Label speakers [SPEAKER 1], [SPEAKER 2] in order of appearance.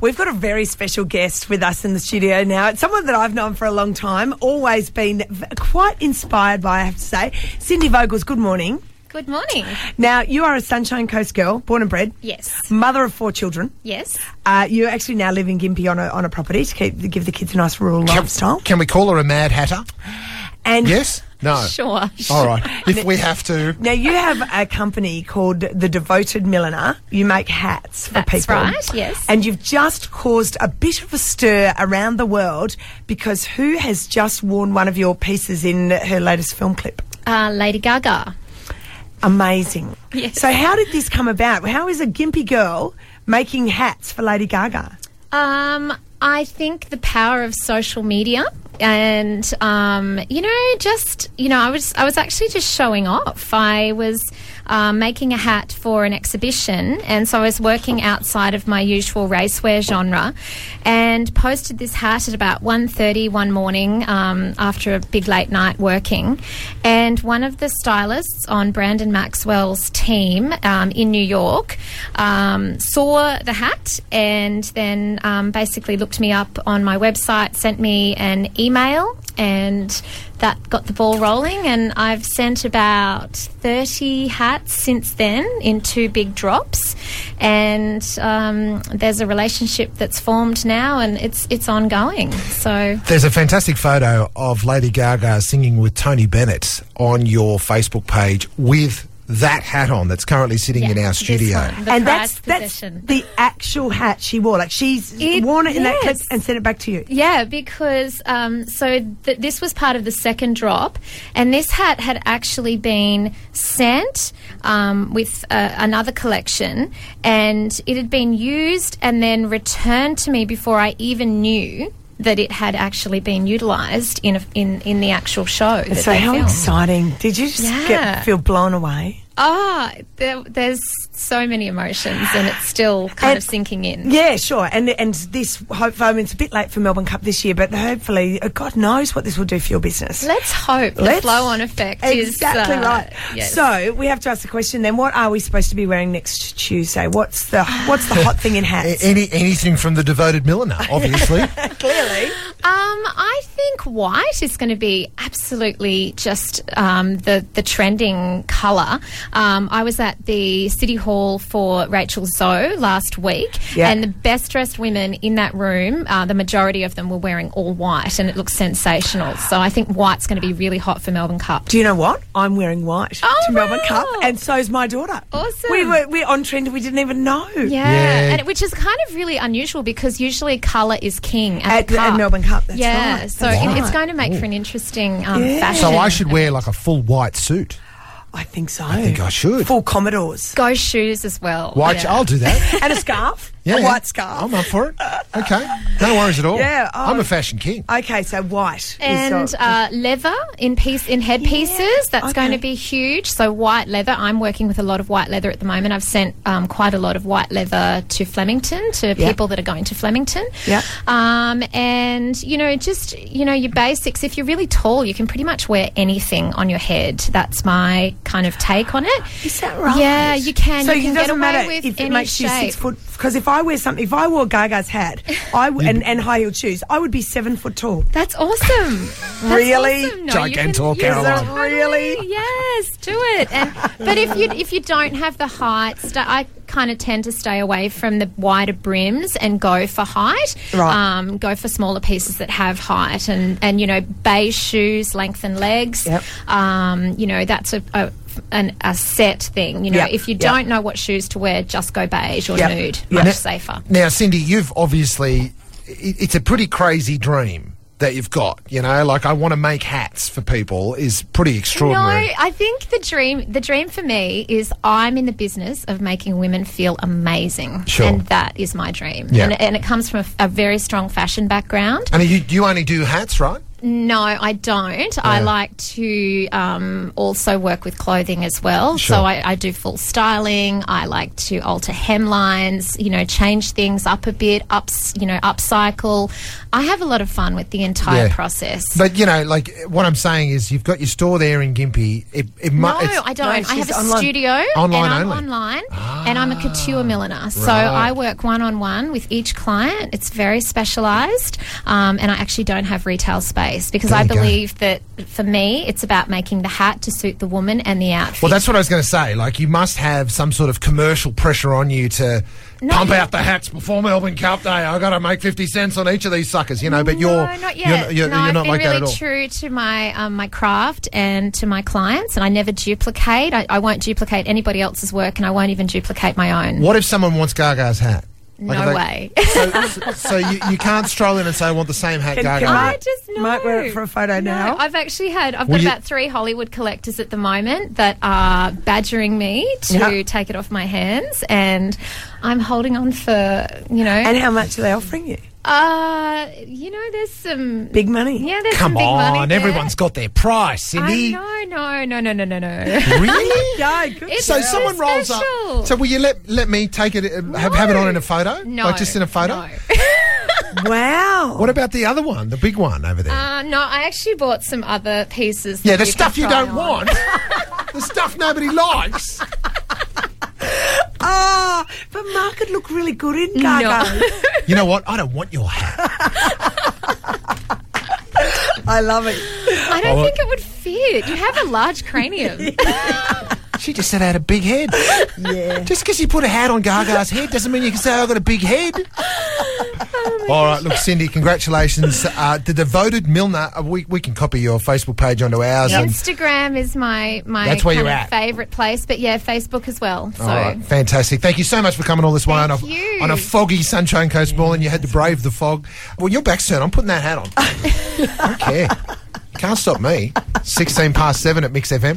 [SPEAKER 1] We've got a very special guest with us in the studio now. It's someone that I've known for a long time, always been v- quite inspired by, I have to say. Cindy Vogels, good morning.
[SPEAKER 2] Good morning.
[SPEAKER 1] Now, you are a Sunshine Coast girl, born and bred.
[SPEAKER 2] Yes.
[SPEAKER 1] Mother of four children.
[SPEAKER 2] Yes.
[SPEAKER 1] Uh, you actually now live in Gympie on a, on a property to keep, give the kids a nice rural lifestyle.
[SPEAKER 3] Can we call her a Mad Hatter?
[SPEAKER 1] And
[SPEAKER 3] Yes? No.
[SPEAKER 2] Sure.
[SPEAKER 3] All right. If we have to.
[SPEAKER 1] Now you have a company called The Devoted Milliner. You make hats for
[SPEAKER 2] That's
[SPEAKER 1] people.
[SPEAKER 2] right, yes.
[SPEAKER 1] And you've just caused a bit of a stir around the world because who has just worn one of your pieces in her latest film clip?
[SPEAKER 2] Uh, Lady Gaga.
[SPEAKER 1] Amazing.
[SPEAKER 2] Yes.
[SPEAKER 1] So how did this come about? How is a gimpy girl making hats for Lady Gaga?
[SPEAKER 2] Um, I think the power of social media and um, you know just you know I was I was actually just showing off. I was uh, making a hat for an exhibition and so I was working outside of my usual racewear genre and posted this hat at about 1.30 one morning um, after a big late night working and one of the stylists on Brandon Maxwell's team um, in New York um, saw the hat and then um, basically looked me up on my website, sent me an email, and that got the ball rolling. And I've sent about 30 hats since then in two big drops. And um, there's a relationship that's formed now, and it's it's ongoing. So
[SPEAKER 3] There's a fantastic photo of Lady Gaga singing with Tony Bennett on your Facebook page with that hat on that's currently sitting in
[SPEAKER 2] yeah,
[SPEAKER 3] our
[SPEAKER 2] this
[SPEAKER 3] studio.
[SPEAKER 2] one, the
[SPEAKER 1] and
[SPEAKER 2] prized
[SPEAKER 1] that's that's
[SPEAKER 2] possession.
[SPEAKER 1] the actual hat she wore. Like she's
[SPEAKER 2] It-
[SPEAKER 1] worn it in that clip
[SPEAKER 2] yes.
[SPEAKER 1] and sent it back to you.
[SPEAKER 2] Yeah, because um, so th- this was part of the second drop, and this hat had actually been sent um, with uh, another collection, and it had been used and then returned to me before I even knew that it had actually been utilised in a, in in the actual show. That
[SPEAKER 1] So
[SPEAKER 2] they
[SPEAKER 1] how
[SPEAKER 2] filmed.
[SPEAKER 1] exciting! Did you just
[SPEAKER 2] Yeah.
[SPEAKER 1] get feel blown away?
[SPEAKER 2] Ah, there, there's so many emotions, and it's still kind
[SPEAKER 1] And-
[SPEAKER 2] of sinking in.
[SPEAKER 1] Yeah, sure. And and this, hopefully, I mean, it's a bit late for Melbourne Cup this year, but hopefully, uh, God knows what this will do for your business.
[SPEAKER 2] Let's hope the
[SPEAKER 1] Let's-
[SPEAKER 2] flow-on effect is
[SPEAKER 1] exactly
[SPEAKER 2] uh,
[SPEAKER 1] right.
[SPEAKER 2] yes.
[SPEAKER 1] So we have to ask the question then: What are we supposed to be wearing next Tuesday? What's the what's the hot thing in
[SPEAKER 3] A-
[SPEAKER 1] hats?
[SPEAKER 3] Any anything from the devoted milliner, obviously.
[SPEAKER 1] Clearly,
[SPEAKER 2] Um, I think white is going to be absolutely just um, the the trending colour. Um, I was at the City Hall for Rachel Zoe last week,
[SPEAKER 1] Yeah.
[SPEAKER 2] and the best dressed women in that room, uh, the majority of them were wearing all white, and it looks sensational. So I think white's going to be really hot for Melbourne Cup.
[SPEAKER 1] do you know what? I'm wearing white
[SPEAKER 2] Oh,
[SPEAKER 1] to Melbourne
[SPEAKER 2] wow.
[SPEAKER 1] Cup, and so's my daughter.
[SPEAKER 2] Awesome.
[SPEAKER 1] We were we're on trend. We didn't even know.
[SPEAKER 2] yeah,
[SPEAKER 3] Yeah.
[SPEAKER 2] And, it- which is kind of really unusual because usually colour is king at,
[SPEAKER 1] At,
[SPEAKER 2] the
[SPEAKER 1] the-
[SPEAKER 2] cup.
[SPEAKER 1] at Melbourne Cup. That's
[SPEAKER 2] yeah,
[SPEAKER 1] right.
[SPEAKER 2] so
[SPEAKER 1] That's
[SPEAKER 2] it- it's
[SPEAKER 1] right.
[SPEAKER 2] going to make for an interesting um,
[SPEAKER 1] Yeah.
[SPEAKER 2] fashion.
[SPEAKER 3] so I should wear like a full white suit.
[SPEAKER 1] I think so.
[SPEAKER 3] I think I should.
[SPEAKER 1] Full Commodores.
[SPEAKER 2] go shoes as well.
[SPEAKER 3] White.
[SPEAKER 2] Yeah.
[SPEAKER 3] I'll do that.
[SPEAKER 1] and a scarf,
[SPEAKER 3] Yeah,
[SPEAKER 1] a
[SPEAKER 3] yeah.
[SPEAKER 1] white scarf.
[SPEAKER 3] I'm up for it. Okay. No worries at all.
[SPEAKER 1] Yeah, oh.
[SPEAKER 3] I'm a fashion king.
[SPEAKER 1] okay, so white
[SPEAKER 2] and
[SPEAKER 1] is
[SPEAKER 2] uh, leather in piece in headpieces. That's going
[SPEAKER 1] okay.
[SPEAKER 2] to be huge. So white leather. I'm working with a lot of white leather at the moment. I've sent um, quite a lot of white leather to Flemington to people that are going to Flemington.
[SPEAKER 1] Yeah.
[SPEAKER 2] Um, and you know, just you know, your basics. If you're really tall, you can pretty much wear anything on your head. That's my kind of take on it.
[SPEAKER 1] Is that right?
[SPEAKER 2] Yeah, you can.
[SPEAKER 1] So
[SPEAKER 2] you
[SPEAKER 1] it
[SPEAKER 2] can
[SPEAKER 1] doesn't
[SPEAKER 2] get away
[SPEAKER 1] matter
[SPEAKER 2] with
[SPEAKER 1] if
[SPEAKER 2] any
[SPEAKER 1] it makes
[SPEAKER 2] shape.
[SPEAKER 1] you six foot. Because if I wear something, if I wore Gaga's hat, I w- and, and high heeled shoes, I would be seven foot tall.
[SPEAKER 2] That's awesome. That's
[SPEAKER 1] Really?
[SPEAKER 2] awesome. No, you can-
[SPEAKER 3] Gigantor
[SPEAKER 2] you can
[SPEAKER 3] Caroline.
[SPEAKER 2] totally-
[SPEAKER 1] Really?
[SPEAKER 2] Yes, do it. And but if you if you don't have the height, st- I kind of tend to stay away from the wider brims and go for height.
[SPEAKER 1] Right.
[SPEAKER 2] Um, go for smaller pieces that have height and and you know beige shoes, lengthened legs.
[SPEAKER 1] Yep.
[SPEAKER 2] Um, you know that's a. a an, a set thing, you know.
[SPEAKER 1] Yep,
[SPEAKER 2] If you
[SPEAKER 1] yep.
[SPEAKER 2] don't know what shoes to wear, just go beige or
[SPEAKER 1] Yep,
[SPEAKER 2] nude.
[SPEAKER 1] yep.
[SPEAKER 2] Much safer.
[SPEAKER 3] Now, Cindy, you've obviously, it, it's a pretty crazy dream that you've got, you know? Like, I want to make hats for people is pretty extraordinary.
[SPEAKER 2] No, I think the dream the dream for me is I'm in the business of making women feel amazing.
[SPEAKER 3] Sure.
[SPEAKER 2] And that is my dream.
[SPEAKER 3] Yeah.
[SPEAKER 2] And, and it comes from a, a very strong fashion background.
[SPEAKER 3] And you, you only do hats, right?
[SPEAKER 2] No, I don't. I
[SPEAKER 3] Yeah.
[SPEAKER 2] like to um, also work with clothing as well.
[SPEAKER 3] Sure.
[SPEAKER 2] So I, I do full styling. I like to alter hemlines, you know, change things up a bit, ups, you know, upcycle. I have a lot of fun with the entire
[SPEAKER 3] Yeah.
[SPEAKER 2] process.
[SPEAKER 3] But you know, like what I'm saying is, you've got your store there in Gympie. It, it mu-
[SPEAKER 2] no,
[SPEAKER 3] it's-
[SPEAKER 2] I don't.
[SPEAKER 1] No,
[SPEAKER 2] I
[SPEAKER 1] it's
[SPEAKER 2] have a
[SPEAKER 1] just online.
[SPEAKER 2] studio
[SPEAKER 3] Online
[SPEAKER 2] and I'm
[SPEAKER 3] only. Ah.
[SPEAKER 2] online and I'm a couture milliner. So
[SPEAKER 3] right.
[SPEAKER 2] I work one on one with each client. It's very specialized. Um, and I actually don't have retail space because
[SPEAKER 3] There
[SPEAKER 2] I
[SPEAKER 3] you go.
[SPEAKER 2] believe that for me, it's about making the hat to suit the woman and the outfit.
[SPEAKER 3] Well, that's what I was going to say. Like, you must have some sort of commercial pressure on you to pump out the hats before Melbourne Cup Day. I got to make fifty cents on each of these suckers, you know. But you're
[SPEAKER 2] no, not yet.
[SPEAKER 3] You're, you're,
[SPEAKER 2] no,
[SPEAKER 3] you're
[SPEAKER 2] I've
[SPEAKER 3] not
[SPEAKER 2] been
[SPEAKER 3] like
[SPEAKER 2] really
[SPEAKER 3] that at all.
[SPEAKER 2] true to my um, my craft and to my clients, and I never duplicate. I, I won't duplicate anybody else's work, and I won't even duplicate my own.
[SPEAKER 3] What if someone wants Gaga's hat?
[SPEAKER 2] No
[SPEAKER 3] are
[SPEAKER 2] way.
[SPEAKER 3] So, so- so you, you can't stroll in and say, "I want the same hat,
[SPEAKER 1] Can-
[SPEAKER 3] Gaga."
[SPEAKER 1] can
[SPEAKER 2] I
[SPEAKER 1] Might-
[SPEAKER 2] just know.
[SPEAKER 1] might wear it for a photo
[SPEAKER 2] No,
[SPEAKER 1] now.
[SPEAKER 2] I've actually had. I've
[SPEAKER 3] Well,
[SPEAKER 2] got
[SPEAKER 3] you-
[SPEAKER 2] about three Hollywood collectors at the moment that are badgering me to
[SPEAKER 1] Yeah.
[SPEAKER 2] take it off my hands, and I'm holding on for you know.
[SPEAKER 1] And how much are they offering you?
[SPEAKER 2] uh, you know, there's some
[SPEAKER 1] Big money.
[SPEAKER 2] Yeah, there's some
[SPEAKER 3] Come
[SPEAKER 2] big money.
[SPEAKER 3] on,
[SPEAKER 2] there.
[SPEAKER 3] everyone's got their price,
[SPEAKER 2] I
[SPEAKER 3] Cindy.
[SPEAKER 2] know, no, no, no, no, no, no.
[SPEAKER 3] Really?
[SPEAKER 1] Yeah, good.
[SPEAKER 2] It's
[SPEAKER 3] So
[SPEAKER 2] so
[SPEAKER 3] someone rolls
[SPEAKER 2] special.
[SPEAKER 3] up. So will you let let me take it? uh, Have, have it on in a photo?
[SPEAKER 2] No,
[SPEAKER 3] like just in a photo.
[SPEAKER 2] No.
[SPEAKER 1] Wow.
[SPEAKER 3] What about the other one, the big one over there?
[SPEAKER 2] Uh, no, I actually bought some other pieces.
[SPEAKER 3] Yeah,
[SPEAKER 2] that
[SPEAKER 3] the
[SPEAKER 2] you
[SPEAKER 3] stuff
[SPEAKER 2] can
[SPEAKER 3] you
[SPEAKER 2] try
[SPEAKER 3] don't
[SPEAKER 2] on.
[SPEAKER 3] want. the stuff nobody likes.
[SPEAKER 1] Ah, but Mark could look really good in Gaga.
[SPEAKER 3] You know what? I don't want your hat.
[SPEAKER 1] I love it.
[SPEAKER 2] I don't think it would fit. You have a large cranium.
[SPEAKER 3] She just said I had a big head.
[SPEAKER 1] Yeah.
[SPEAKER 3] Just because you put a hat on Gaga's head doesn't mean you can say I've got a big head. All right, look, Cindy, congratulations. Uh, the devoted Milner, uh, we, we can copy your Facebook page onto ours. and-
[SPEAKER 2] Instagram is my my
[SPEAKER 3] That's where
[SPEAKER 2] kind
[SPEAKER 3] you're
[SPEAKER 2] of
[SPEAKER 3] at.
[SPEAKER 2] favorite place, but yeah, Facebook as well. So
[SPEAKER 3] All right, fantastic. Thank you so much for coming all this way on a,
[SPEAKER 2] Thank you.
[SPEAKER 3] on a foggy Sunshine Coast morning. You had to brave the fog. Well, your back soon. I'm putting that hat on. I don't care. Can't stop me. 16 past 7 at Mix FM.